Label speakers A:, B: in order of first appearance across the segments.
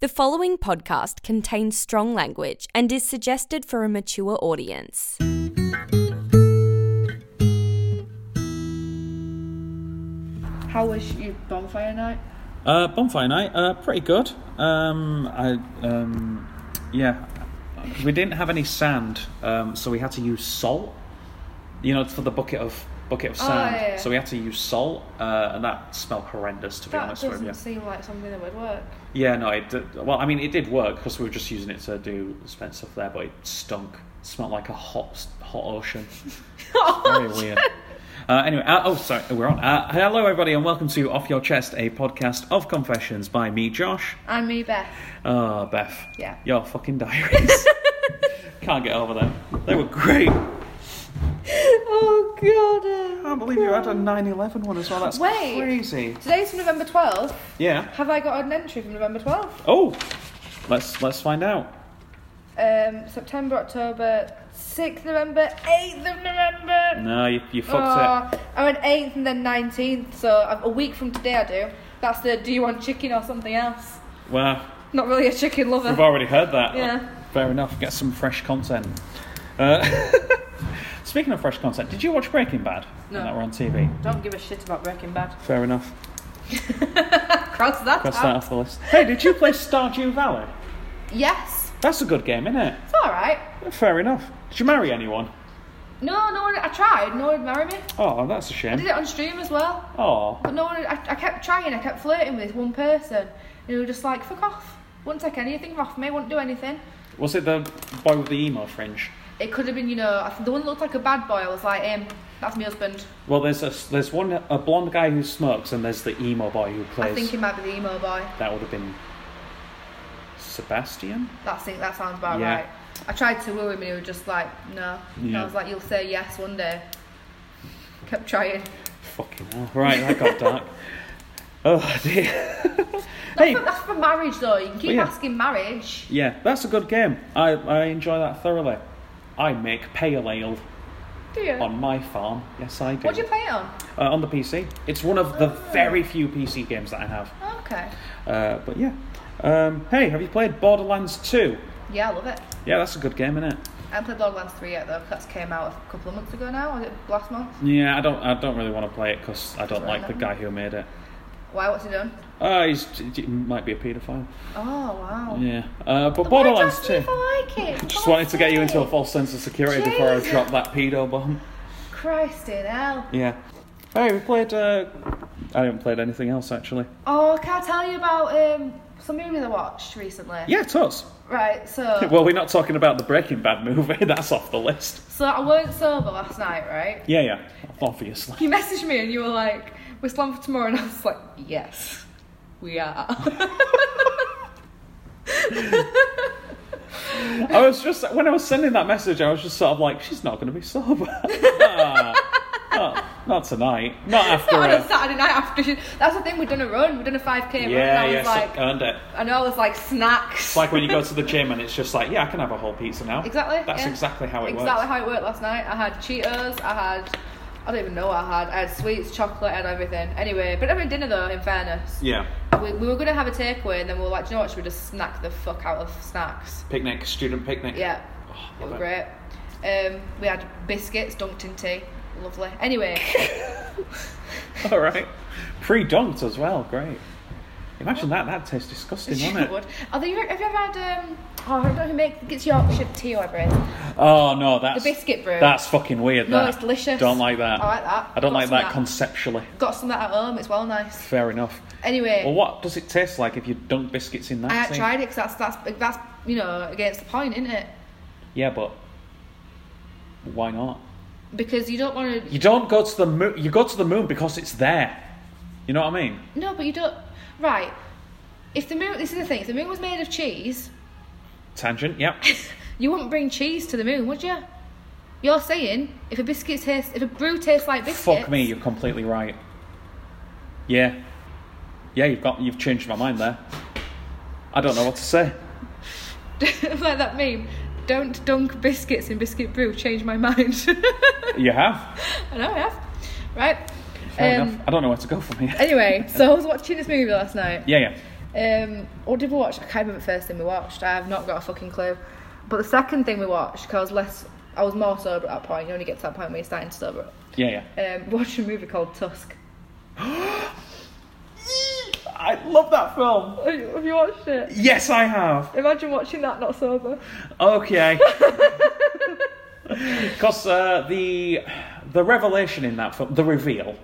A: The following podcast contains strong language and is suggested for a mature audience.
B: How was your bonfire night?
C: Uh, bonfire night, uh, pretty good. Um, I, um, yeah, we didn't have any sand, um, so we had to use salt. You know, for the bucket of bucket of
B: Oh,
C: sand.
B: yeah, yeah.
C: So we had to use salt, uh, and that smelled horrendous, to be
B: That
C: honest
B: doesn't
C: with you.
B: seem like something that would work.
C: Yeah, no, it did, well, I mean, it did work because we were just using it to do spent stuff there, but it stunk. smelled like a hot, hot ocean. Very weird. Uh, anyway, uh, oh, sorry, we're on. Uh, hello, everybody, and welcome to Off Your Chest, a podcast of confessions by me, Josh.
B: And me, Beth.
C: Oh, Beth.
B: Yeah.
C: Your fucking diaries. Can't get over them. They were great. I
B: oh god.
C: can't believe you had a 9 11 one as well. That's
B: Wait.
C: crazy.
B: Today's November twelfth.
C: Yeah.
B: Have I got an entry from November twelfth?
C: Oh, let's let's find out.
B: Um, September, October, sixth November, eighth of November.
C: No, you, you fucked it.
B: Oh, I'm an eighth and then nineteenth, so i a week from today I do. That's the do you want chicken or something else?
C: Well,
B: Not really a chicken lover.
C: we've already heard that.
B: Oh. Yeah.
C: Fair enough. Get some fresh content. Uh, speaking of fresh content, did you watch Breaking Bad?
B: No.
C: When That were on TV.
B: Don't give a shit about Breaking Bad.
C: Fair enough.
B: Cross that
C: Cross
B: out.
C: that off the list. Hey, did you play Stardew Valley?
B: Yes,
C: That's a good game, isn't it?
B: it's all right.
C: Fair enough. Did you marry anyone?
B: No, no one. I tried. No one would marry me.
C: Oh, that's a
B: I did
C: shame.
B: it on stream as well,
C: Oh,
B: but no one. I, I kept trying. I kept flirting with one person, and they were just like, "Fuck off! Won't take anything off me. Won't do anything."
C: was it the boy with the emo fringe?
B: It could have been, you know, I think the one that looked like a bad boy. I was like, "Um, that's my husband."
C: Well, there's a there's one a blonde guy who smokes, and there's the emo boy who
B: I think
C: plays.
B: he might be the emo boy.
C: that would have been Sebastian.
B: That think that sounds about
C: Yeah.
B: right. I tried to woo him, and he was just like, "No." And I
C: Yeah.
B: was like, "You'll say yes one day." Kept trying.
C: Fucking hell! Right, that got dark. Oh dear. hey,
B: But that's for marriage, though. You can keep
C: Well, yeah.
B: asking marriage.
C: yeah, that's a good game. I I enjoy that thoroughly. I make pale ale
B: Do you?
C: on my farm. Yes, I do.
B: What do you play it on?
C: uh, on the PC. It's one of the very few PC games that I have.
B: Oh, Okay.
C: Uh, but yeah. Um, hey, have you played Borderlands 2?
B: Yeah, I love it.
C: Yeah, that's a good game, isn't it?
B: I haven't played Borderlands 3 yet though, 'cause that's came out a couple of months ago now, was it last month?
C: Yeah, I don't. I don't really want to play it because I don't
B: Right.
C: like the guy who made it.
B: Why, what's he done?
C: Uh, he's he might be a paedophile.
B: Oh, wow.
C: Yeah,
B: Why
C: uh, but
B: did you
C: Borderlands
B: ask me
C: Two.
B: if I like it?
C: Just
B: For
C: wanted to get you into a
B: sake.
C: false sense of security before I
B: Jesus.
C: drop that pedo bomb.
B: Christ in hell.
C: Yeah. Hey, we played. Uh, I haven't played anything else actually.
B: Oh, can I tell you about um, some movie that I watched recently?
C: Yeah, tots.
B: Right, so
C: Well, we're not talking about the Breaking Bad movie. That's off the list.
B: so I weren't sober last night, right?
C: Yeah, yeah. Obviously.
B: You messaged me and you were like, we're slammed for tomorrow, and I was like, yes, we are.
C: I was just when I was sending that message, I was just sort of like, she's not going to be sober. Ah, not, not tonight. Not after.
B: on a
C: a,
B: Saturday night after. That's the thing, we've done a run, we've done a 5k run, and
C: yeah,
B: I was
C: yeah. so-
B: like,
C: earned it.
B: I know I was like snacks.
C: It's like when you go to the gym and it's just like, yeah, I can have a whole pizza now.
B: exactly.
C: That's
B: yeah.
C: exactly how it
B: exactly
C: works.
B: how it worked last night. I had Cheetos. I had. I don't even know what I had. I had sweets, chocolate, and everything. Anyway, but having dinner though, in fairness.
C: yeah.
B: We, we were gonna have a takeaway, and then we were like, Do you know what? Should we just snack the fuck out of snacks?
C: Picnic, student picnic.
B: Yeah,
C: Oh,
B: it was
C: love it.
B: great. Um, we had biscuits dunked in tea. Lovely. Anyway,
C: All right. Pre-dunked as well. Great. Imagine that. That tastes disgusting,
B: you
C: doesn't it?
B: would. Although you have you ever had um? Oh, I don't know who makes it's Yorkshire tea or whatever. it is.
C: Oh no, that's
B: biscuit brew.
C: That's fucking weird.
B: No,
C: that.
B: it's delicious.
C: Don't like that.
B: I like that.
C: I don't
B: Got
C: like
B: some
C: that
B: that.
C: conceptually.
B: Got some of that at home. It's well nice.
C: Fair enough.
B: Anyway,
C: Well, what does it taste like if you dunk biscuits in that?
B: I had
C: thing?
B: tried it because that's, that's, that's, you know, against the point, isn't it?
C: Yeah, but why not?
B: Because you don't want
C: You don't go to the moon. You go to the moon because it's there. You know what I mean?
B: to. No, but you don't. Right. If the moon, this is the thing, if the moon was made of cheese,
C: Tangent. Yep.
B: you wouldn't bring cheese to the moon, would you? You're saying if a biscuit tastes, if a brew tastes like biscuit.
C: Fuck me. You're completely right. Yeah. Yeah. You've got. You've changed my mind there. I don't know what to say.
B: like that meme. Don't dunk biscuits in biscuit brew. Change my mind. I
C: You have.
B: know I have. Right. Um,
C: Fair enough. I don't know where to go from here.
B: Anyway, so I was watching this movie last night.
C: Yeah, yeah.
B: Um, what did we watch? I can't remember the first thing we watched. I have not got a fucking clue. But the second thing we watched, because less, I was more sober at that point. You only get to that point when you're starting to sober. up.
C: Yeah, yeah.
B: Um, we watched a movie called Tusk.
C: I love that film.
B: Have you have you watched it?
C: Yes, I have.
B: Imagine watching that not sober.
C: Okay. Because uh, the the revelation in that film, the reveal,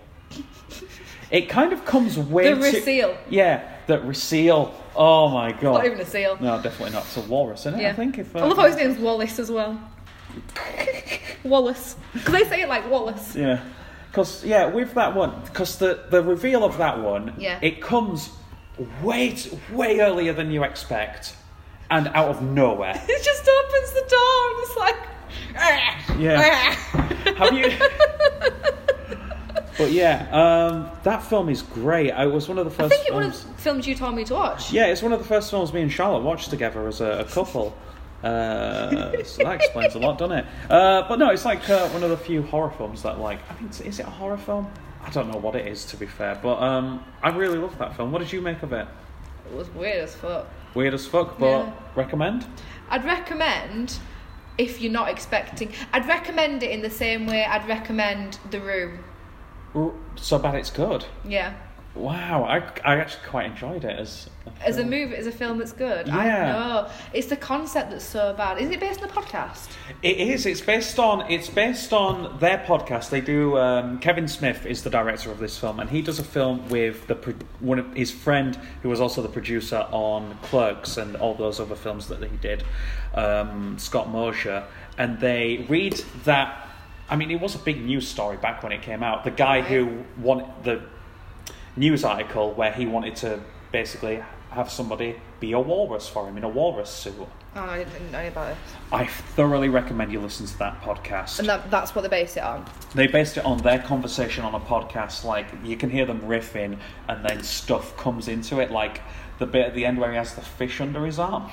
C: it kind of comes way
B: The
C: too-
B: reseal.
C: Yeah, the reseal. Oh my god.
B: Not even a seal.
C: No, definitely not. It's a walrus, isn't it?
B: Yeah.
C: I think if. Uh,
B: I love how his name's Wallace as well. Wallace. Because they say it like Wallace.
C: Yeah. Because, yeah, with that one, because the, the reveal of that one,
B: Yeah.
C: it comes way, t- way earlier than you expect and out of nowhere.
B: It just opens the door and it's "Ah." like.
C: Yeah. Have you. but yeah, um, that film is great. I it was one of the
B: I
C: first
B: think it was one
C: films.
B: of the films you told me to watch.
C: Yeah, it's one of the first films me and Charlotte watched together as a, a couple. Uh, so that explains a lot, doesn't it? Uh, but no, it's like uh, one of the few horror films that, like, I mean, is it a horror film? I don't know what it is, to be fair, but um, I really love that film. What did you make of it?
B: It was weird as fuck.
C: Weird as fuck, but
B: Yeah.
C: recommend?
B: I'd recommend if you're not expecting. I'd recommend it in the same way I'd recommend The Room.
C: R- So bad it's good.
B: Yeah.
C: Wow, I, I actually quite enjoyed it as a
B: As a
C: film.
B: movie, as a film that's good.
C: Yeah.
B: I know. It's the concept that's so bad. Isn't it based on a podcast?
C: It is. It's based on. It's based on their podcast. They do. Um, Kevin Smith is the director of this film, and he does a film with the pro- one of his friend who was also the producer on Clerks and all those other films that he did, um, Scott Mosher. And they read that. I mean, it was a big news story back when it came out. The guy who won the news article where he wanted to basically have somebody be a walrus for him in a walrus suit.
B: Oh, I didn't know about this.
C: I thoroughly recommend you listen to that podcast.
B: And that, that's what they base it on.
C: They based it on their conversation on a podcast. Like you can hear them riffing, and then stuff comes into it. Like the bit at the end where he has the fish under his arm.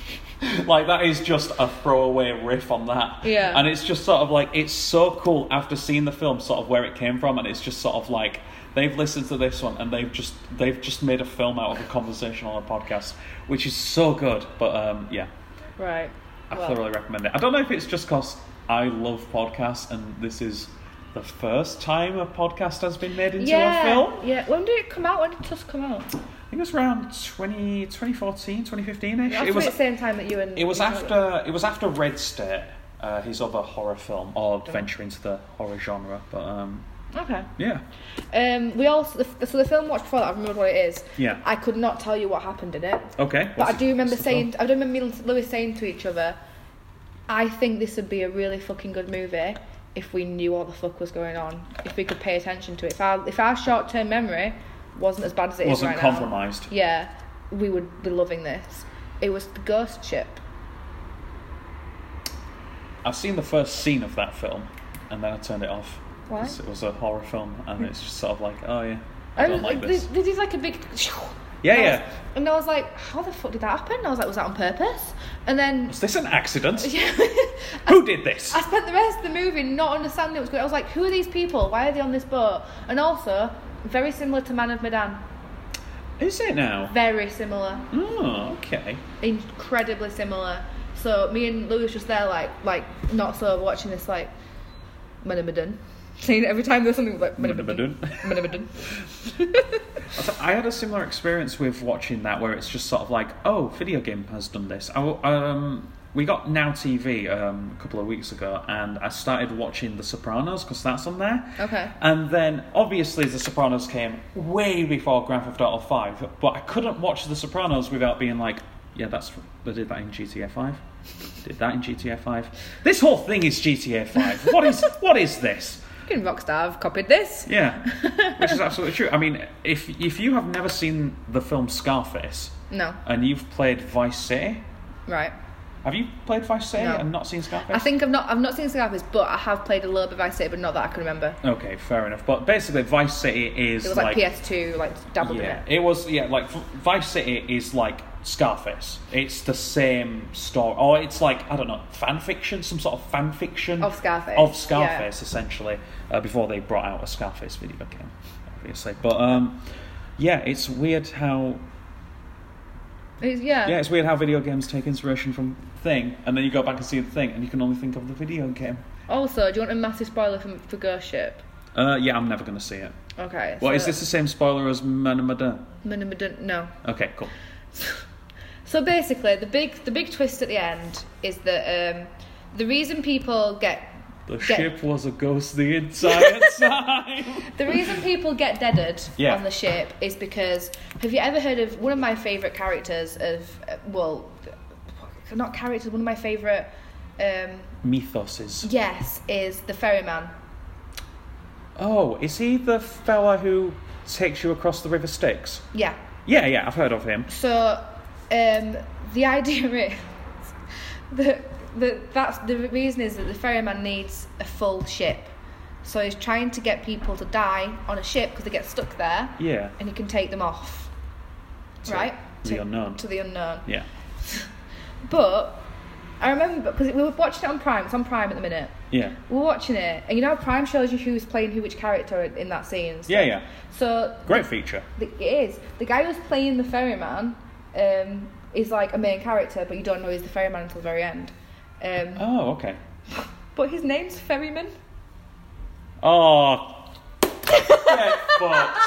C: like that is just a throwaway riff on that.
B: Yeah.
C: And it's just sort of like it's so cool after seeing the film, sort of where it came from, and it's just sort of like they've listened to this one and they've just they've just made a film out of a conversation on a podcast, which is so good. But um, yeah.
B: Right.
C: I
B: Well,
C: thoroughly recommend it. I don't know if it's just because I love podcasts and this is the first time a podcast has been made into
B: yeah,
C: a film.
B: Yeah. When did it come out? When did Tusk come out?
C: I think it was around 20, 2014, 2015-ish.
B: After
C: It was,
B: the same time that you and
C: it was
B: you told me.
C: after it was after Red State, uh, his other horror film or venture into the horror genre. But um,
B: Okay.
C: yeah,
B: Um, we also the, f- so the film watched before that. I remember what it is.
C: Yeah.
B: I could not tell you what happened in it,
C: okay.
B: but
C: what's
B: I
C: the-
B: do remember
C: what's the film?
B: saying I do remember me and Lewis saying to each other, "I think this would be a really fucking good movie if we knew what the fuck was going on, if we could pay attention to it. If our if our short term memory wasn't as bad as it is
C: wasn't
B: right now,
C: compromised.
B: yeah, we would be loving this. It was the Ghost Ship.
C: I've seen the first scene of that film, and then I turned it off.
B: Why?
C: 'cause It was a horror film, and it's just sort of like, oh yeah, I
B: And
C: don't like
B: this.
C: this.
B: This is like a big.
C: Yeah,
B: And I was-
C: yeah.
B: and I was like, how the fuck did that happen? And I was like, was that on purpose? And then
C: Is this an accident?
B: yeah,
C: Who did this?
B: I spent the rest of the movie not understanding what was going. I was like, who are these people? Why are they on this boat? And also, very similar to Man of Medan.
C: Is it now?
B: Very similar,
C: Oh, okay.
B: incredibly similar. So me and Lewis just there, like, like not so watching this, like Man of Medan. Saying it every time there's something like Man of Medan. Man of Medan.
C: So I had a similar experience with watching that, where it's just sort of like, oh, video game has done this. I, w- um, we got Now TV um, a couple of weeks ago, and I started watching The Sopranos because that's on there.
B: Okay.
C: And then obviously The Sopranos came way before Grand Theft Auto Five, but I couldn't watch The Sopranos without being like, yeah, that's they did that in GTA Five. Did that in GTA Five. This whole thing is GTA Five. What is what is this?
B: Fucking Rockstar have copied this.
C: Yeah, which is absolutely true. I mean, if if you have never seen the film Scarface
B: No,
C: and you've played Vice City,
B: right.
C: have you played Vice City
B: No.
C: and not seen Scarface?
B: I think I've not I've not seen Scarface, but I have played a little bit of Vice City, but not that I can remember.
C: Okay, fair enough. But basically, Vice City is
B: It was
C: like,
B: like, PS2, like dabbled
C: yeah,
B: in it.
C: it was yeah like v- Vice City is like Scarface. It's the same story, or it's like I don't know fan fiction, some sort of fan fiction
B: Of Scarface,
C: of Scarface essentially. Uh, before they brought out a Scarface video game, obviously, but um, yeah, it's weird how
B: It's, yeah.
C: Yeah, it's weird how video games take inspiration from Thing, and then you go back and see the Thing, and you can only think of the video game.
B: Also, do you want a massive spoiler for, for Ghost Ship?
C: Uh, yeah, I'm never going to see it.
B: Okay.
C: Well, is
B: so-
C: this the same spoiler as Man and Madame?
B: Minimum dun- No.
C: Okay, cool.
B: So basically, the big the big twist at the end is that um, the reason people get
C: The
B: Yeah.
C: ship was a ghost the entire time.
B: the reason people get deaded
C: Yeah.
B: on the ship is because have you ever heard of one of my favorite characters of uh, well, not characters. One of my favorite um,
C: Mythos is.
B: yes is the ferryman.
C: Oh, is he the fella who takes you across the River Styx?
B: Yeah.
C: Yeah, yeah, I've heard of him.
B: So um, the idea is that, that that's the reason is that the ferryman needs a full ship. So he's trying to get people to die on a ship because they get stuck there,
C: Yeah.
B: and he can take them off,
C: To
B: right?
C: the unknown.
B: To the unknown.
C: Yeah.
B: But I remember because we were watching it on Prime. It's on Prime at the minute.
C: Yeah.
B: We We're watching it, and you know how Prime shows you who's playing who, which character in that scene. and stuff?
C: Yeah, yeah.
B: So
C: Great feature.
B: The- It is. The guy who's playing the ferryman um, is like a main character, but you don't know he's the ferryman until the very end. Um,
C: Oh, okay.
B: but his name's Ferryman.
C: Oh. Get fucked.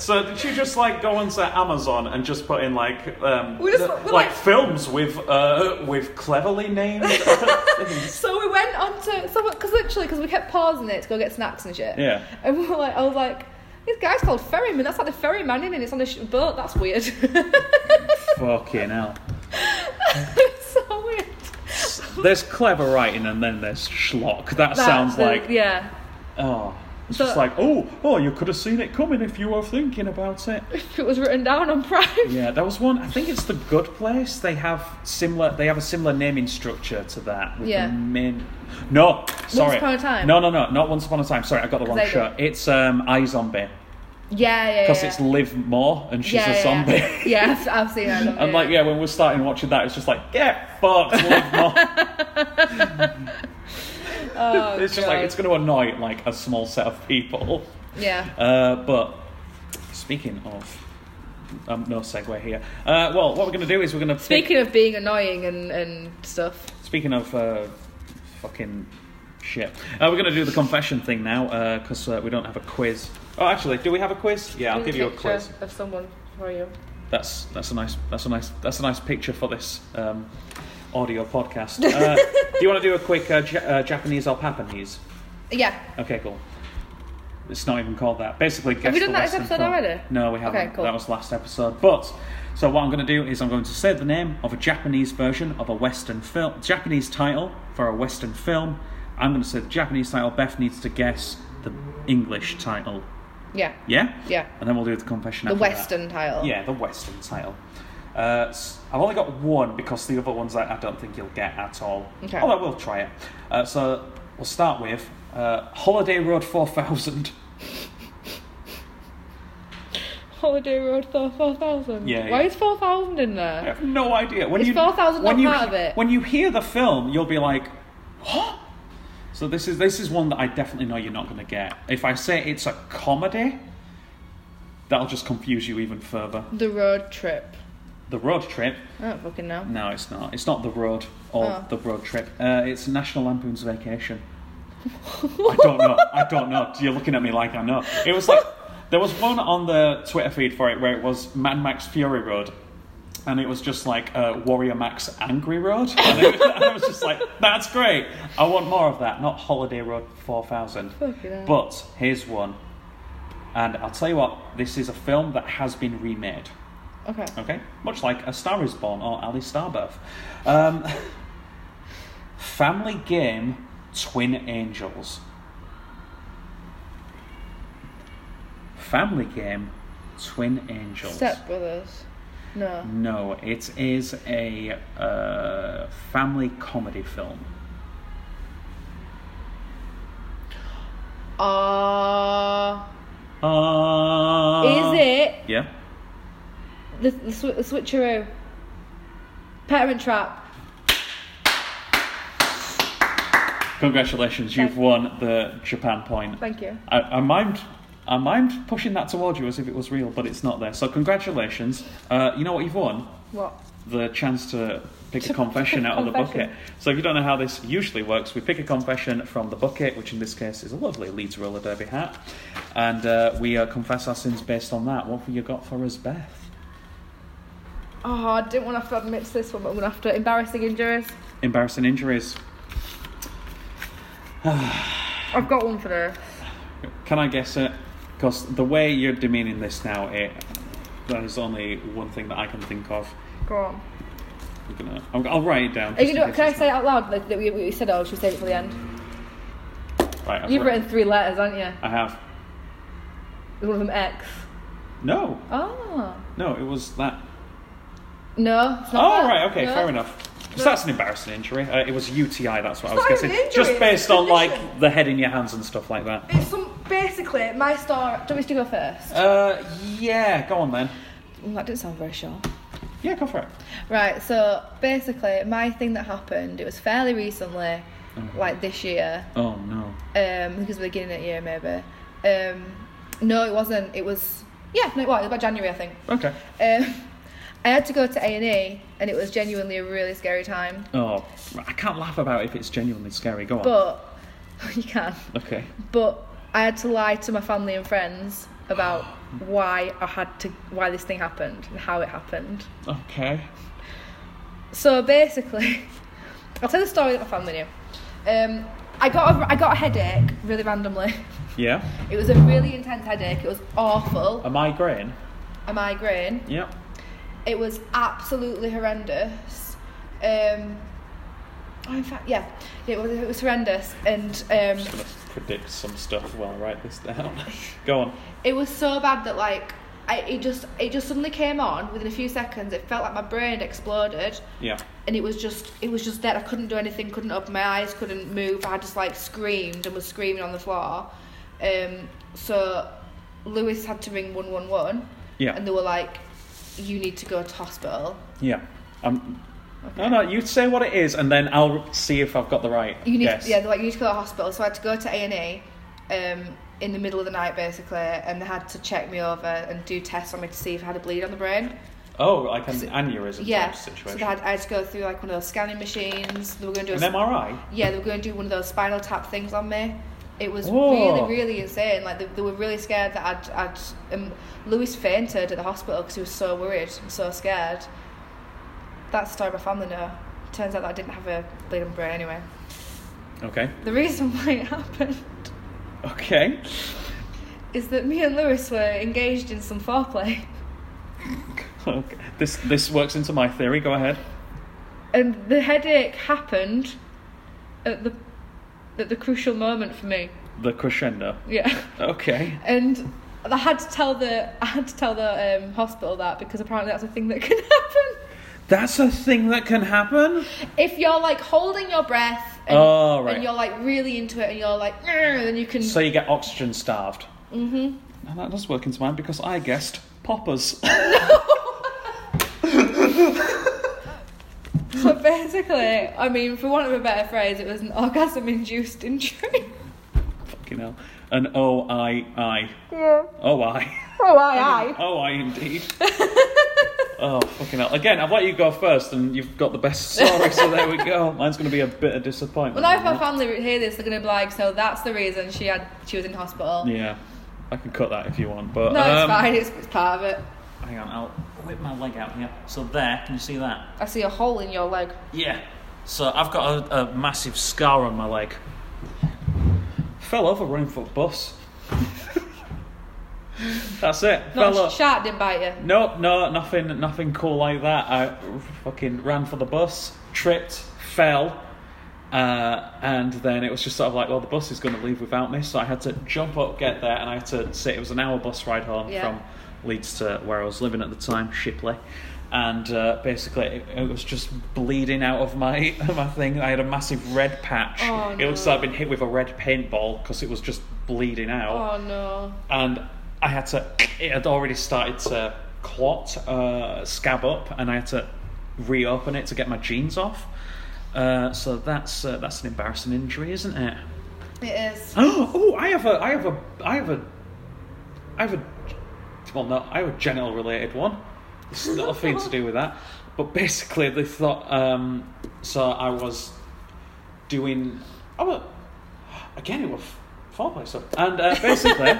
C: So did you just like go onto Amazon and just put in like um,
B: We just-
C: the-
B: we're
C: like
B: like-
C: films with uh, with cleverly named things?
B: So we went on to so because literally because we kept pausing it to go get snacks and shit.
C: Yeah.
B: And we were like, I was like, this guy's called Ferryman. That's like the ferryman in, and it's on a sh- boat. That's weird.
C: Fucking hell.
B: it's so weird.
C: There's clever writing and then there's schlock. That,
B: That's
C: sounds
B: the-
C: like
B: yeah.
C: oh. It's
B: So-
C: just like, oh, oh, you could have seen it coming if you were thinking about it.
B: It was written down on Prime.
C: Yeah, that was one. I think it's the Good Place. They have similar. They have a similar naming structure to that. With
B: Yeah.
C: The main... No, sorry.
B: Upon a Time?
C: No, no, no, not Once Upon a Time. Sorry, I got the wrong
B: they-
C: shirt. It's um, I Zombie
B: Yeah, yeah.
C: because
B: yeah.
C: it's Liv Moore and she's
B: yeah,
C: a
B: yeah,
C: zombie.
B: Yeah, yeah I've, I've seen that.
C: And like, yeah, when we're starting watching that, it's just like, get fucked, Liv Moore.
B: Oh,
C: it's just like
B: God.
C: it's going to annoy like a small set of people.
B: Yeah.
C: Uh, but speaking of. Um, no segue here. Uh, well, what we're going to do is we're going to
B: Speaking of being annoying and, and stuff,
C: Speaking of uh, fucking shit, uh, we're going to do the confession thing now because uh, we don't have a quiz. Oh, actually, do we have a quiz? Yeah, I'll
B: here's
C: give you a
B: picture
C: quiz.
B: of someone for you.
C: That's that's a nice that's a nice that's a nice picture for this um, audio podcast. Uh, do you want to do a quick uh, ja- uh, Japanese or Papanese?
B: Yeah,
C: Okay, cool. It's not even called that. Basically, guess
B: we done
C: the
B: that this
C: Western
B: episode
C: film.
B: already?
C: No, we haven't.
B: Okay, cool.
C: That was last episode. But so what I'm going to do is I'm going to say the name of a Japanese version of a Western film, Japanese title for a Western film. I'm going to say the Japanese title. Beth needs to guess the English title.
B: yeah,
C: Yeah.
B: Yeah.
C: And then we'll do the confession.
B: the
C: after that.
B: Western title.
C: Yeah, the Western title. Uh, s- I've only got one because the other ones I, I don't think you'll get at all.
B: Okay.
C: Although we'll try it. Uh, so we'll start with uh, Holiday Road 4000.
B: Holiday Road Thor 4000.
C: Yeah,
B: Why
C: yeah.
B: is 4000 in
C: I
B: there?
C: have no idea. When
B: Is
C: you
B: 4000
C: when
B: not
C: you
B: part
C: he-
B: of it?
C: When you hear the film, you'll be like, "Huh." So this is this is one that I definitely know you're not going to get. If I say it's a comedy, that'll just confuse you even further.
B: The Road Trip.
C: The road trip
B: I don't fucking know.
C: No, it's not. It's not the road or
B: Oh.
C: the road trip. Uh, it's National Lampoon's Vacation. I don't know. I don't know. You're looking at me like I know. It was like there was one on the Twitter feed for it where it was Mad Max Fury Road, and it was just like uh, Warrior Max Angry Road, and, it, and I was just like, "That's great. I want more of that. Not Holiday Road 4000."
B: Fucking hell.
C: But here's one, and I'll tell you what. This is a film that has been remade.
B: Okay.
C: Okay, much like A Star Is Born or Ali Starbirth. Um, family Game Twin Angels. Family Game Twin Angels.
B: Step Brothers. No.
C: No, it is a uh, family comedy film.
B: Ah.
C: Uh,
B: is it
C: Yeah.
B: the, the, sw- the Switcheroo? Parent Trap.
C: Congratulations, you've won the Japan point.
B: Thank you.
C: I, I mimed And I'm pushing that towards you as if it was real, but it's not there. So congratulations. Uh, you know what you've won?
B: What?
C: the chance to pick a confession out of the bucket.
B: Confession.
C: So if you don't know how this usually works, we pick a confession from the bucket, which in this case is a lovely Leeds roller derby hat, and uh, we uh, confess our sins based on that. What have you got for us, Beth?
B: Oh, I didn't want to have to admit to this one, but I'm going to have to. Embarrassing injuries.
C: Embarrassing injuries.
B: I've got one for this.
C: Can I guess it? Because the way you're demeaning this now, it there is only one thing that I can think of.
B: Go on.
C: I'm gonna, I'm, I'll write it down.
B: Are you
C: just
B: gonna,
C: in
B: can I
C: case
B: say it out loud like, that we, we said it, or should we save it for the end?
C: it's not- Right, I've
B: You've
C: writ-
B: written three letters, haven't you?
C: I have.
B: Is One of them X.
C: No,
B: Oh.
C: no, it was that.
B: No, it's not
C: Oh,
B: that.
C: right, okay,
B: No.
C: fair enough. So that's an embarrassing injury. Uh, it was UTI, that's what I was
B: not
C: guessing.
B: even an injury,
C: Just
B: it's
C: based
B: a
C: on like
B: condition.
C: the head in your hands and stuff like that.
B: It's some, basically, my star. Do you want me to go first?
C: Uh, yeah, go on then.
B: Well, Mm, that didn't sound very sure.
C: Yeah, go for it.
B: Right, so basically, my thing that happened, it was fairly recently,
C: Uh-huh.
B: like this year,
C: Oh no.
B: um, because the beginning of the year maybe. Um, no, it wasn't. It was, yeah, no, it was, it was about January, I think.
C: Okay.
B: Um, I had to go to A&E, and it was genuinely a really scary time.
C: Oh, I can't laugh about it if it's genuinely scary. Go on.
B: But, you can,
C: okay.
B: but I had to lie to my family and friends about why I had to, why this thing happened and how it happened.
C: Okay.
B: So basically, I'll tell the story that my family knew. Um, I got a, I got a headache really randomly.
C: Yeah.
B: It was a really intense headache. It was awful.
C: A migraine.
B: A migraine.
C: Yep.
B: It was absolutely horrendous. Um, oh, in fact, yeah, it was it was horrendous, and um,
C: I'm gonna predict some stuff while I write this down. go on.
B: it was so bad that like I, it just it just suddenly came on within a few seconds. It felt like my brain exploded.
C: Yeah.
B: and it was just it was just dead. I couldn't do anything, couldn't open my eyes, couldn't move. I just like screamed and was screaming on the floor. Um, so Lewis had to ring one one one,
C: Yeah.
B: and they were like, "You need to go to hospital."
C: Yeah. Um, No, no, you say what it is and then I'll see if I've got the right
B: You need
C: guess.
B: yeah, they're like, "You need to go to hospital." So I had to go to A and E, um, in the middle of the night basically, and they had to check me over and do tests on me to see if I had a bleed on the brain.
C: Oh, like an aneurysm type
B: yeah, so
C: situation.
B: they had I had to go through like one of those scanning machines. They were going to do a
C: An MRI?
B: yeah, they were going to do one of those spinal tap things on me. It was
C: Whoa.
B: really, really insane. Like they, they were really scared that I'd, I'd um, Lewis fainted at the hospital because he was so worried and so scared. That's the story my family know. Turns out that I didn't have a bleeding brain anyway.
C: Okay.
B: The reason why it happened
C: Okay.
B: is that me and Lewis were engaged in some foreplay,
C: okay. This this works into my theory. Go ahead.
B: and the headache happened at the at the crucial moment for me.
C: The crescendo.
B: Yeah.
C: Okay.
B: and I had to tell the I had to tell the um, hospital that because apparently that's a thing that can happen.
C: That's a thing that can happen.
B: If you're like holding your breath and,
C: Oh, right.
B: and you're like really into it and you're like "Grr," then you can
C: So you get oxygen starved. Mm-hmm. And that does work into mine because I guessed poppers.
B: so basically I mean for want of a better phrase it was an orgasm induced injury.
C: Fucking hell. An O I I.
B: Yeah.
C: O I.
B: Oh aye
C: Oh I indeed. oh fucking hell. Again, I've let you go first and you've got the best story, so there we go. Mine's gonna be a bit of disappointment.
B: Well now if my
C: isn't it?
B: family hear this they're gonna be like, so that's the reason she had she was in hospital.
C: Yeah. I can cut that if you want, but
B: No, it's
C: um,
B: fine, it's, it's part of it.
C: Hang on, I'll whip my leg out here. So there, can you see that?
B: I see a hole in your leg.
C: Yeah. So I've got a, a massive scar on my leg. Fell over running for a bus. That's it. Fell
B: No,
C: over.
B: sh- shark didn't bite you.
C: nope, no, nothing, nothing cool like that. I fucking ran for the bus, tripped, fell, uh, and then it was just sort of like, well, the bus is going to leave without me, so I had to jump up, get there, and I had to sit. It was an hour bus ride home
B: Yeah.
C: from Leeds to where I was living at the time, Shipley. And uh, basically, it, it was just bleeding out of my my thing. I had a massive red patch.
B: Oh,
C: It looks
B: no.
C: like I'd been hit with a red paintball because it was just bleeding out
B: Oh no.
C: and I had to. It had already started to clot, uh, scab up, and I had to reopen it to get my jeans off. Uh, so that's uh, that's an embarrassing injury, isn't it?
B: It is.
C: Oh, oh, I have a, I have a, I have a I have a well, no, I have a genital related one. It's nothing to do with that. But basically, they thought um, so. I was doing. I was, again, it was foreplay stuff, and uh, basically,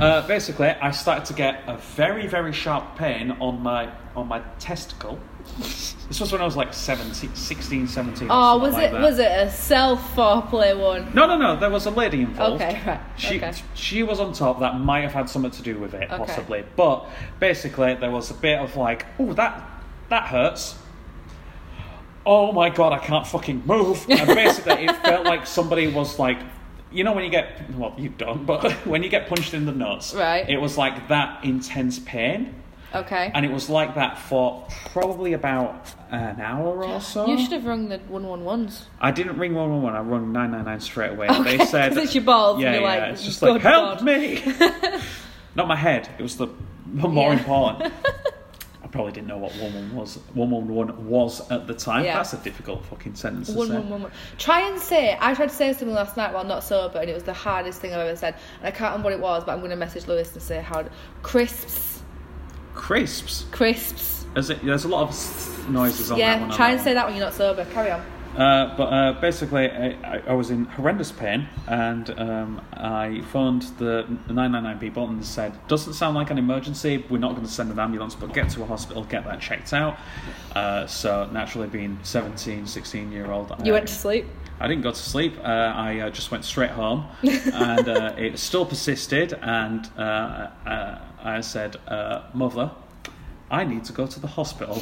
C: uh, basically, I started to get a very, very sharp pain on my on my testicle. This was when I was like 17, 16, 17 or
B: Oh,
C: something
B: was
C: like
B: it
C: that.
B: was it a self foreplay one?
C: No, no, no. There was a lady involved.
B: Okay, right,
C: She
B: okay.
C: she was on top. That might have had something to do with it,
B: Okay.
C: possibly. But basically, there was a bit of like, oh, that that hurts. Oh my god, I can't fucking move. And basically, it felt like somebody was like, you know, when you get well, you don't, but when you get punched in the nuts,
B: Right.
C: It was like that intense pain,
B: Okay.
C: and it was like that for probably about an hour or so.
B: You should have rung the one one ones.
C: I didn't ring 111, I rung 999 straight away.
B: Okay,
C: they said.
B: 'cause it's your balls, and
C: Yeah,
B: you're
C: yeah,
B: like,
C: it's just
B: "Good
C: like, help
B: God."
C: me! Not my head, it was the the more
B: Yeah.
C: important. I probably didn't know what 111 was, 111 was at the time.
B: Yeah.
C: That's a difficult fucking sentence to
B: One
C: say.
B: one one one. Try and say. I tried to say something last night while not sober, and it was the hardest thing I've ever said. And I can't remember what it was, but I'm going to message Lewis and say how crisps,
C: Crisps.
B: crisps.
C: As it, there's a lot of s- noises on that
B: yeah.
C: one.
B: Try
C: on that
B: and
C: one.
B: say that when you're not sober. Carry on.
C: Uh, but uh, basically, I, I- I was in horrendous pain, and um, I phoned the 999 people and said, "Doesn't sound like an emergency. We're not going to send an ambulance, but get to a hospital, get that checked out." Uh, so naturally, being 17, 16 year old,
B: You
C: I,
B: went to sleep.
C: I didn't go to sleep. Uh, I uh, just went straight home, and uh, it still persisted. And uh, uh, I said, uh, "Mother, I need to go to the hospital."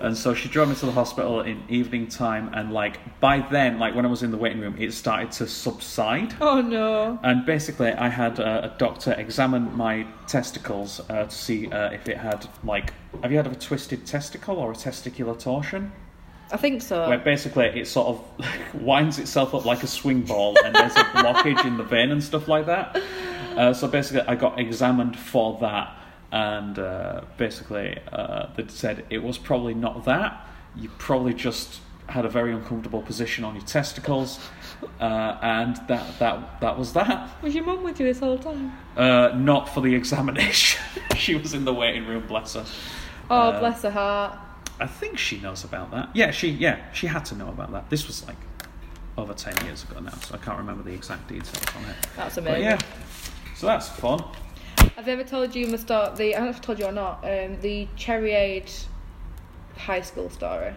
C: and so she drove me to the hospital in evening time. And like by then, like when I was in the waiting room, it started to subside.
B: Oh no.
C: And basically, I had uh, a doctor examine my testicles uh, to see uh, if it had like. Have you heard of a twisted testicle or a testicular torsion?
B: I think so.
C: where basically it sort of winds itself up like a swing ball and there's a blockage in the vein and stuff like that. Uh, so basically, I got examined for that, and uh, basically, uh, they said it was probably not that. You probably just had a very uncomfortable position on your testicles, uh, and that, that, that was that.
B: Was your mum with you this whole time?
C: Uh, not for the examination. she was in the waiting room, bless her.
B: Oh,
C: Uh,
B: bless her heart.
C: I think she knows about that. Yeah, she yeah she had to know about that. This was like over ten years ago now, so I can't remember the exact details on it.
B: That's
C: But
B: amazing.
C: yeah, so that's fun.
B: I've ever told you my start the I don't know if I told you or not, um, the Cherry Aid high school story.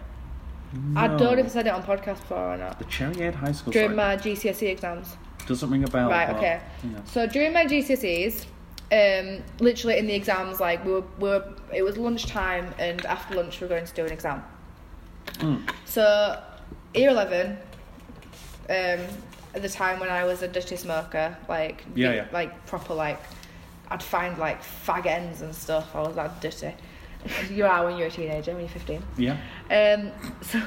B: I don't know if I
C: No.
B: said it on podcast before or not.
C: the Cherry Aid High School
B: During
C: story
B: my GCSE E exams.
C: doesn't ring a bell.
B: right,
C: but,
B: okay.
C: yeah.
B: So during my GCSEs, um, literally in the exams, like we were, we were, it was lunchtime, and after lunch we were going to do an exam.
C: Mm.
B: So, year eleven, um, at the time when I was a dirty smoker, like
C: Yeah,
B: be-
C: yeah.
B: like proper like, I'd find like fag ends and stuff. I was that dirty. you are when you're a teenager, when you're fifteen.
C: Yeah.
B: Um, so,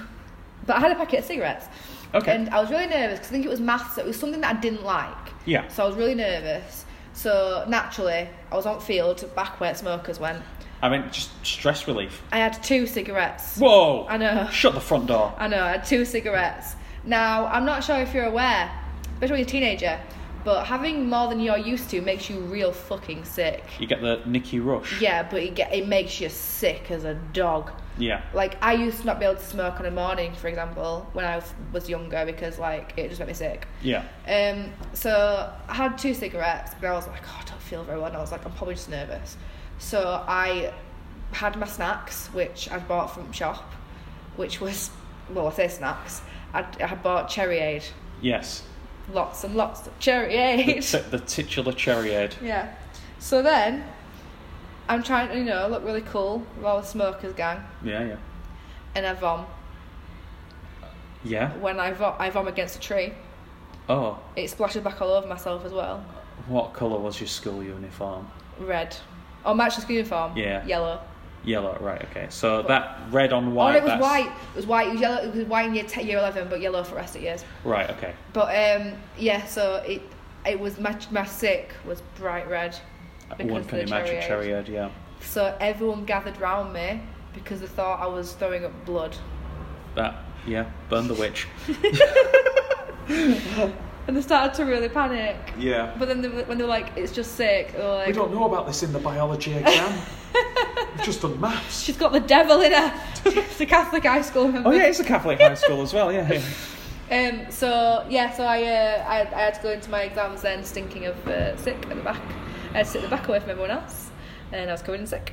B: but I had a packet of cigarettes.
C: Okay.
B: And I was really nervous because I think it was maths. It was something that I didn't like.
C: Yeah.
B: So I was really nervous. So naturally, I was on field back where smokers went.
C: I mean, just stress relief.
B: I had two cigarettes.
C: Whoa!
B: I know.
C: Shut the front door.
B: I know, I had two cigarettes. Now, I'm not sure if you're aware, especially when you're a teenager, but having more than you're used to makes you real fucking sick.
C: You get the Nicky Rush.
B: Yeah, but it, get, it makes you sick as a dog.
C: Yeah.
B: like I used to not be able to smoke on a morning, for example, when I was younger because like it just made me sick.
C: Yeah.
B: Um, so I had two cigarettes, but I was like, oh, I don't feel very well. And I was like, I'm probably just nervous. So I had my snacks, which I'd bought from shop, which was well, I say snacks. I'd, I had bought Cherry Aid,
C: Yes.
B: lots and lots of Cherry
C: The,
B: Aid.
C: t- the titular Cherry Aid.
B: Yeah. So then, I'm trying to you know look really cool with all the smokers gang,
C: Yeah, yeah.
B: and I vom.
C: Yeah.
B: when I, vom- I vom against a tree,
C: Oh,
B: it splashes back all over myself as well.
C: what colour was your school uniform?
B: Red. Oh, match the school uniform.
C: Yeah.
B: Yellow.
C: Yellow, right? Okay. So that red on
B: oh,
C: white.
B: no, it was
C: that's-
B: white. It was white. It was yellow. It was white in year, te- year eleven, but yellow for the rest of years.
C: Right. Okay.
B: But um, yeah. So it it was my my sick was bright red. Because
C: One
B: of
C: can
B: the
C: imagine
B: cherry
C: cherry aid, yeah.
B: So everyone gathered round me because they thought I was throwing up blood.
C: That, yeah, burn the witch.
B: and they started to really panic.
D: Yeah.
B: But then they, were- when they were like, it's just sick, they were
D: We
B: like,
D: don't know about this in the biology exam. We've just done maths.
B: she's got the devil in her. it's a Catholic high school. Remember?
C: Oh yeah, it's a Catholic high school as well. Yeah, yeah.
B: Um, so yeah, so I, uh, I I had to go into my exams then, stinking of uh, sick at the back. I had to sit at the back away from everyone else, and I was covered in sick.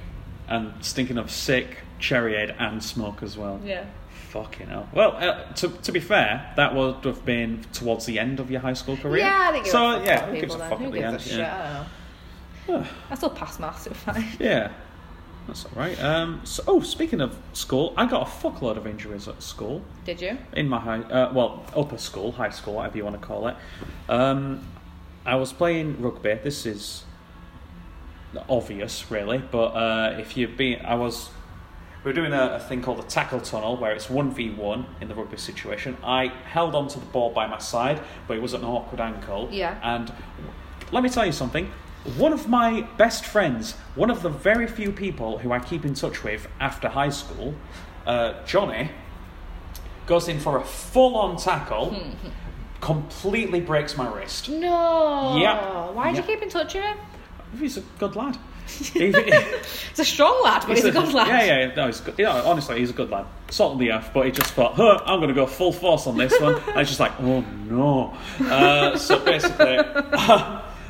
C: and stinking of sick cherry aid and smoke as well.
B: Yeah.
C: Fucking hell. Well, uh, to, to be fair, that would have been towards the end of your high school career.
B: Yeah, I think it
C: Oh, so.
B: was
C: yeah, who
B: people
C: gives a
B: then.
C: fuck
B: Who
C: at the
B: gives
C: end?
B: a shit?
C: yeah.
B: I don't know.
C: Huh.
B: I still passed maths, it was fine.
C: Yeah, that's all right. Um, so, oh, speaking of school, I got a fuckload of injuries at school.
B: Did you?
C: in my high, uh, well, upper school, high school, whatever you want to call it, um, I was playing rugby. This is obvious, really, but uh, if you be, I was, we were doing a, a thing called the tackle tunnel, where it's one v one in the rugby situation. I held onto the ball by my side, but it was at an awkward ankle.
B: Yeah.
C: And let me tell you something. One of my best friends, one of the very few people who I keep in touch with after high school, uh, Johnny, goes in for a full on tackle, completely breaks my wrist.
B: No.
C: Yeah.
B: Why'd
C: Yeah.
B: you keep in touch with him?
C: He's a good lad. He-
B: He's a strong lad, but he's, a, good lad.
C: Yeah, yeah, no, he's good. Yeah, honestly, he's a good lad. Salt of the earth, but he just thought, huh, I'm going to go full force on this one. and it's just like, oh no. Uh, so basically,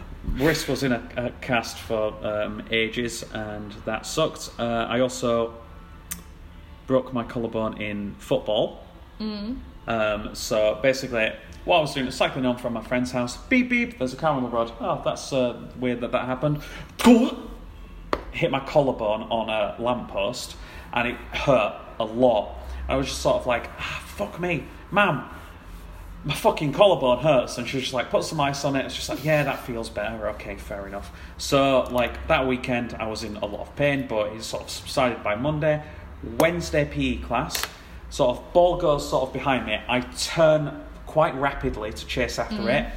C: wrist was in a, a cast for um, ages, and that sucked. Uh, I also broke my collarbone in football.
B: Mm.
C: Um, so basically, what I was doing was cycling home from my friend's house. Beep beep. There's a car on the road. Oh, that's uh, weird that that happened. Hit my collarbone on a lamppost, and it hurt a lot. I was just sort of like, ah, fuck me, ma'am. My fucking collarbone hurts, and she was just like, put some ice on it. It's just like, yeah, that feels better. Okay, fair enough. So, like that weekend, I was in a lot of pain, but it sort of subsided by Monday. Wednesday PE class, sort of ball goes sort of behind me. I turn quite rapidly to chase after it.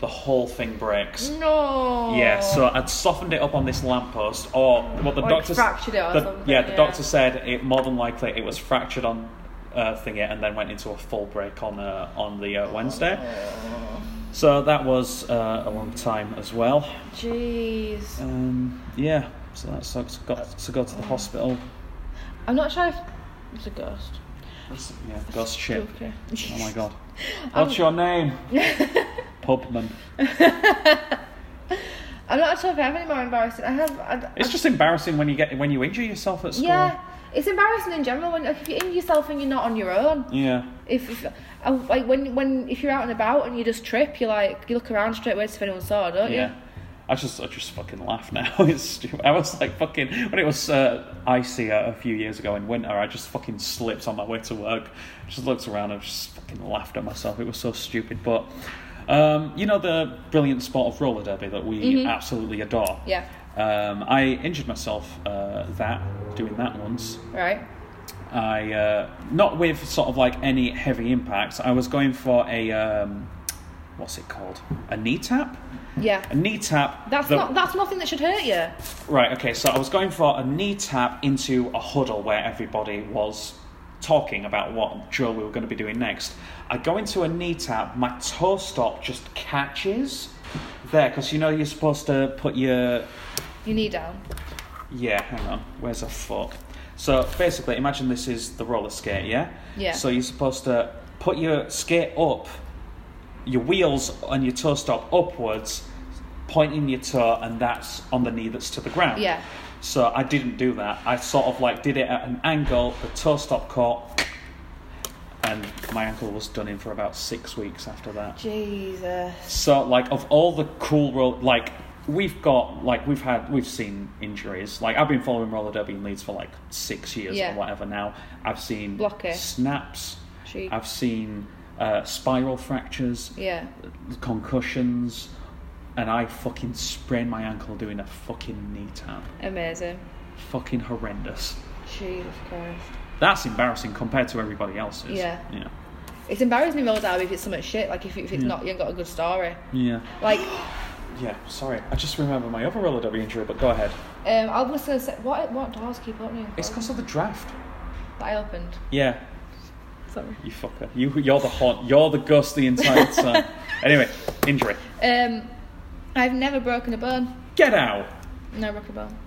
C: The whole thing breaks.
B: No.
C: Yeah, so I'd softened it up on this lamppost, or what the
B: Oh. Or it
C: doctor
B: fractured it or
C: the,
B: something,
C: Yeah, the
B: yeah.
C: doctor said it more than likely it was fractured on uh, thingy, and then went into a full break on uh, on the uh, Wednesday.
B: Oh.
C: So that was uh, a long time as well.
B: Jeez.
C: Um, yeah, so that sucks. Got to go to the hospital.
B: I'm not sure if it's a ghost.
C: Yeah, ghost ship.
B: Okay.
C: Oh my god. What's your name? Pubman.
B: I'm not sure if I have any more embarrassing. I have. I,
C: It's just embarrassing when you get when you injure yourself at school.
B: yeah. It's embarrassing in general when like, if you injure yourself and you're not on your own.
C: Yeah.
B: If, if I- like when when if you're out and about and you just trip, you like you look around straight away to see if anyone saw, don't you?
C: Yeah. I just, I just fucking laugh now. It's stupid. I was like fucking when it was uh, icy a, a few years ago in winter. I just fucking slipped on my way to work. Just looked around and just fucking laughed at myself. It was so stupid. But um, you know the brilliant sport of roller derby that we absolutely adore.
B: Yeah.
C: Um, I injured myself uh, that doing that once.
B: Right.
C: I uh, not with sort of like any heavy impacts. I was going for a um, what's it called? A knee tap.
B: Yeah.
C: A knee tap.
B: That's
C: that-
B: not. That's nothing that should hurt you.
C: right. Okay, so I was going for a knee tap into a huddle where everybody was talking about what drill we were going to be doing next. I go into a knee tap. My toe stop just catches there because you know you're supposed to put your
B: You knee down.
C: yeah, hang on. Where's a foot? So basically, imagine this is the roller skate, yeah?
B: Yeah.
C: So you're supposed to put your skate up, your wheels and your toe stop upwards, pointing your toe, and that's on the knee that's to the ground.
B: Yeah.
C: So I didn't do that. I sort of like did it at an angle, the toe stop caught, and my ankle was done in for about six weeks after that.
B: Jesus.
C: So, like, of all the cool roll, like, we've got, like, we've had, we've seen injuries. Like, I've been following roller derby in Leeds for like six years
B: Yeah.
C: or whatever now. I've seen
B: Blocker.
C: snaps.
B: Cheek.
C: I've seen uh, spiral fractures,
B: Yeah.
C: concussions, and I fucking sprained my ankle doing a fucking knee tap.
B: Amazing.
C: Fucking horrendous.
B: Jesus Christ.
C: That's embarrassing compared to everybody else's.
B: Yeah.
C: Yeah.
B: It's embarrassing in roller derby if it's so much shit. Like if, if it's not, you ain't got a good story.
C: Yeah.
B: Like,
C: Yeah. Sorry, I just remember my other roller derby injury, but go ahead.
B: um, I was gonna say, what what doors keep opening?
C: It's because of the draft.
B: that I opened.
C: Yeah.
B: Sorry.
C: You fucker. You, you're the hot. You're the Gus the entire time. anyway, injury.
B: Um, I've never broken a bone.
C: Get out.
B: No broken bone.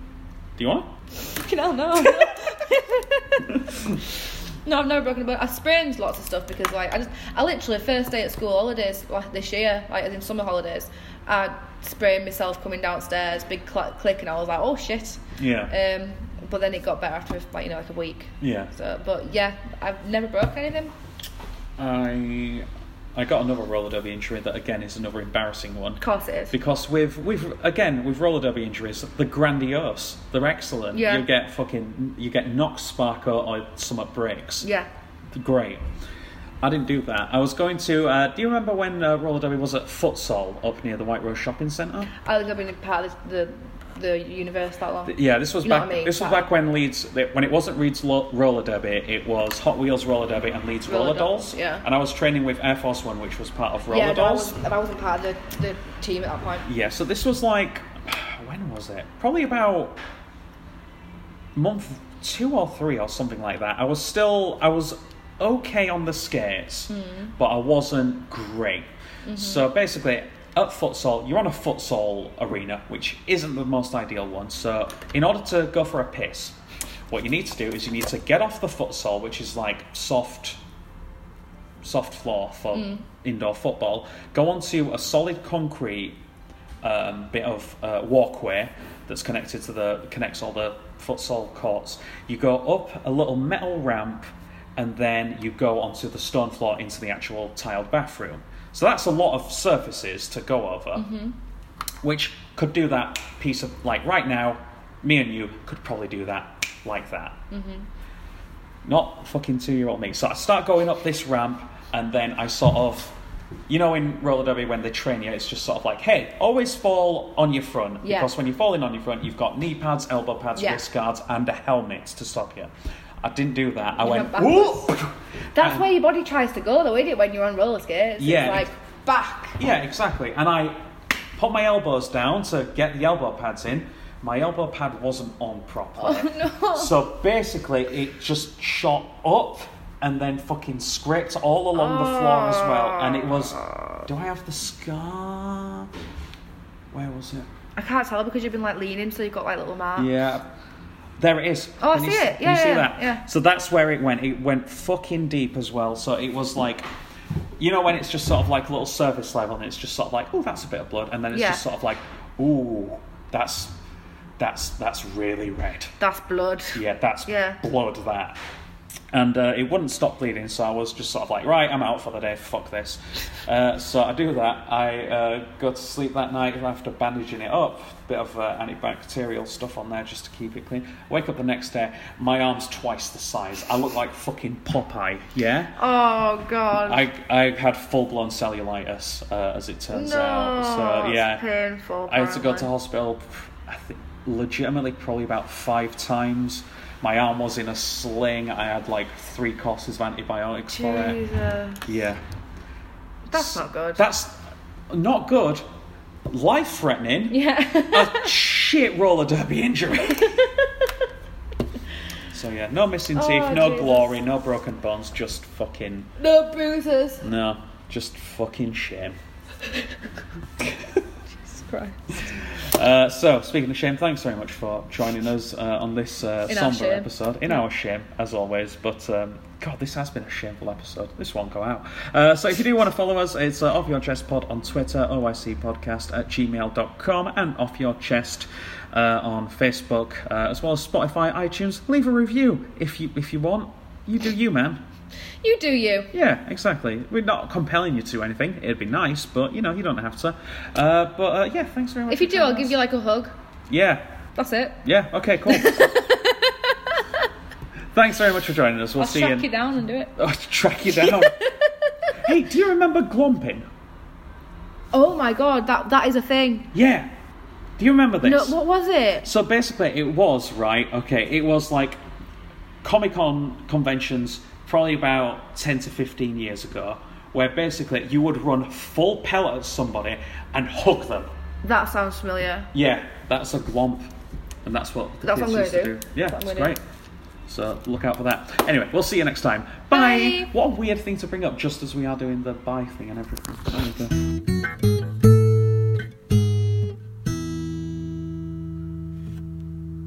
C: Do you want?
B: Fucking hell, no. no, I've never broken a bone. I sprained lots of stuff because, like, I just, I literally first day at school holidays like this year, like as in summer holidays, I sprained myself coming downstairs, big cl- click, and I was like, oh shit.
C: it? Yeah.
B: Um, but then it got better after like you know like a week.
C: yeah.
B: So, but yeah, I've never broken anything.
C: I I got another roller derby injury that again is another embarrassing one
B: Of course it is.
C: because with with again with roller derby injuries the grandiose they're excellent
B: Yeah.
C: you get fucking you get knock sparker or somewhat breaks
B: Yeah.
C: great I didn't do that I was going to uh, do you remember when uh, roller derby was at futsal up near the White Rose shopping centre
B: I think I've been a part of the the universe that long.
C: yeah this was
B: You know
C: back
B: what I mean?
C: this was
B: That-
C: back when Leeds when it wasn't Leeds lo- roller derby it was Hot Wheels roller derby and Leeds roller,
B: Roller
C: dolls
B: Dolls, yeah.
C: and I was training with Air Force One which was part of roller
B: yeah, no, I
C: dolls
B: wasn't, I wasn't part of the, the team at that point.
C: Yeah, so this was like, when was it? Probably about month two or three or something like that. I was still, I was okay on the skates, but I wasn't great. So basically, at futsal, you're on a futsal arena, which isn't the most ideal one. So in order to go for a piss, what you need to do is you need to get off the futsal, which is like soft soft floor for indoor football, go onto a solid concrete um, bit of uh, walkway that's connected to the connects all the futsal courts. You go up a little metal ramp, and then you go onto the stone floor into the actual tiled bathroom. So that's a lot of surfaces to go over, which could do that piece of like right now. Me and you could probably do that like that
B: Mm-hmm.
C: not fucking two year old me. So I start going up this ramp, and then I sort of, you know, in roller derby when they train you, it's just sort of like, hey, always fall on your front
B: Yeah.
C: because when you're falling on your front, you've got knee pads, elbow pads,
B: Yeah.
C: wrist guards, and a helmet to stop you. I didn't do that. I went,
B: went
C: whoop.
B: backwards. That's
C: Um,
B: where your body tries to go, though, isn't it? When you're on roller skates,
C: Yeah.
B: it's like back.
C: Yeah, exactly. And I put my elbows down to get the elbow pads in. My elbow pad wasn't on properly. So basically, it just shot up and then fucking scraped all along the floor as well. And it was. Do I have the scar? Where was it?
B: I can't tell because you've been like leaning, so you've got like little marks.
C: Yeah. There it is.
B: Oh, I
C: Can you
B: see
C: s-
B: it.
C: can
B: Yeah,
C: you see
B: yeah,
C: that?
B: yeah.
C: So that's where it went. It went fucking deep as well. So it was like, you know, when it's just sort of like a little surface level, and it's just sort of like, oh, that's a bit of blood, and then it's
B: Yeah.
C: just sort of like, ooh, that's that's that's really red.
B: That's blood.
C: Yeah, that's
B: Yeah.
C: blood. That. And uh, it wouldn't stop bleeding, so I was just sort of like, right, I'm out for the day, fuck this. Uh, so I do that. I uh, go to sleep that night after bandaging it up, bit of uh, antibacterial stuff on there just to keep it clean. Wake up the next day, my arm's twice the size. I look like fucking Popeye, yeah?
B: Oh god.
C: I, I had full blown cellulitis, uh, as it turns
B: no.
C: out. So, yeah.
B: It's painful.
C: I had to go to
B: apparently.
C: hospital, I think, legitimately probably about five times. My arm was in a sling. I had like three courses of antibiotics for
B: Jesus.
C: it. Yeah.
B: That's not good.
C: That's not good. Life threatening.
B: Yeah.
C: A shit roller derby injury. so yeah, no missing teeth,
B: Oh,
C: no
B: Jesus.
C: glory, no broken bones, just fucking
B: no bruises.
C: no, just fucking shame.
B: Christ.
C: Uh, so, speaking of shame, thanks very much for joining us uh, on this uh,
B: In our
C: somber
B: shame.
C: episode. In our shame, as always. But um, God, this has been a shameful episode. This won't go out. Uh, so, if you do want to follow us, it's uh, Off Your Chest Pod on Twitter, OIC Podcast at gmail.com, and Off Your Chest uh, on Facebook, uh, as well as Spotify, iTunes. Leave a review if you if you want. You do you, man.
B: You do you.
C: Yeah, exactly. We're not compelling you to anything. It'd be nice, but you know, you don't have to. Uh, but uh, yeah, thanks very much.
B: If you
C: for
B: do,
C: joining
B: I'll give
C: us.
B: you like a hug.
C: Yeah.
B: That's it.
C: Yeah, okay, cool. Thanks very much for joining us. We'll
B: I'll
C: see
B: track
C: in-
B: you down and do it.
C: I'll track you down. hey, do you remember glomping?
B: Oh my god, that that is a thing.
C: Yeah. Do you remember this?
B: No, what was it?
C: So basically, it was right. Okay, it was like Comic Con conventions, probably about ten to fifteen years ago, where basically you would run full pellet at somebody and hook them.
B: That sounds familiar.
C: Yeah, that's a glomp, and that's what the
B: That's what
C: kids
B: I'm gonna
C: used to
B: do.
C: Yeah,
B: That's what I'm
C: it's
B: gonna
C: great.
B: do.
C: So look out for that. Anyway, we'll see you next time.
B: Bye.
C: Bye. What a weird thing to bring up just as we are doing the bye thing and everything. There we go.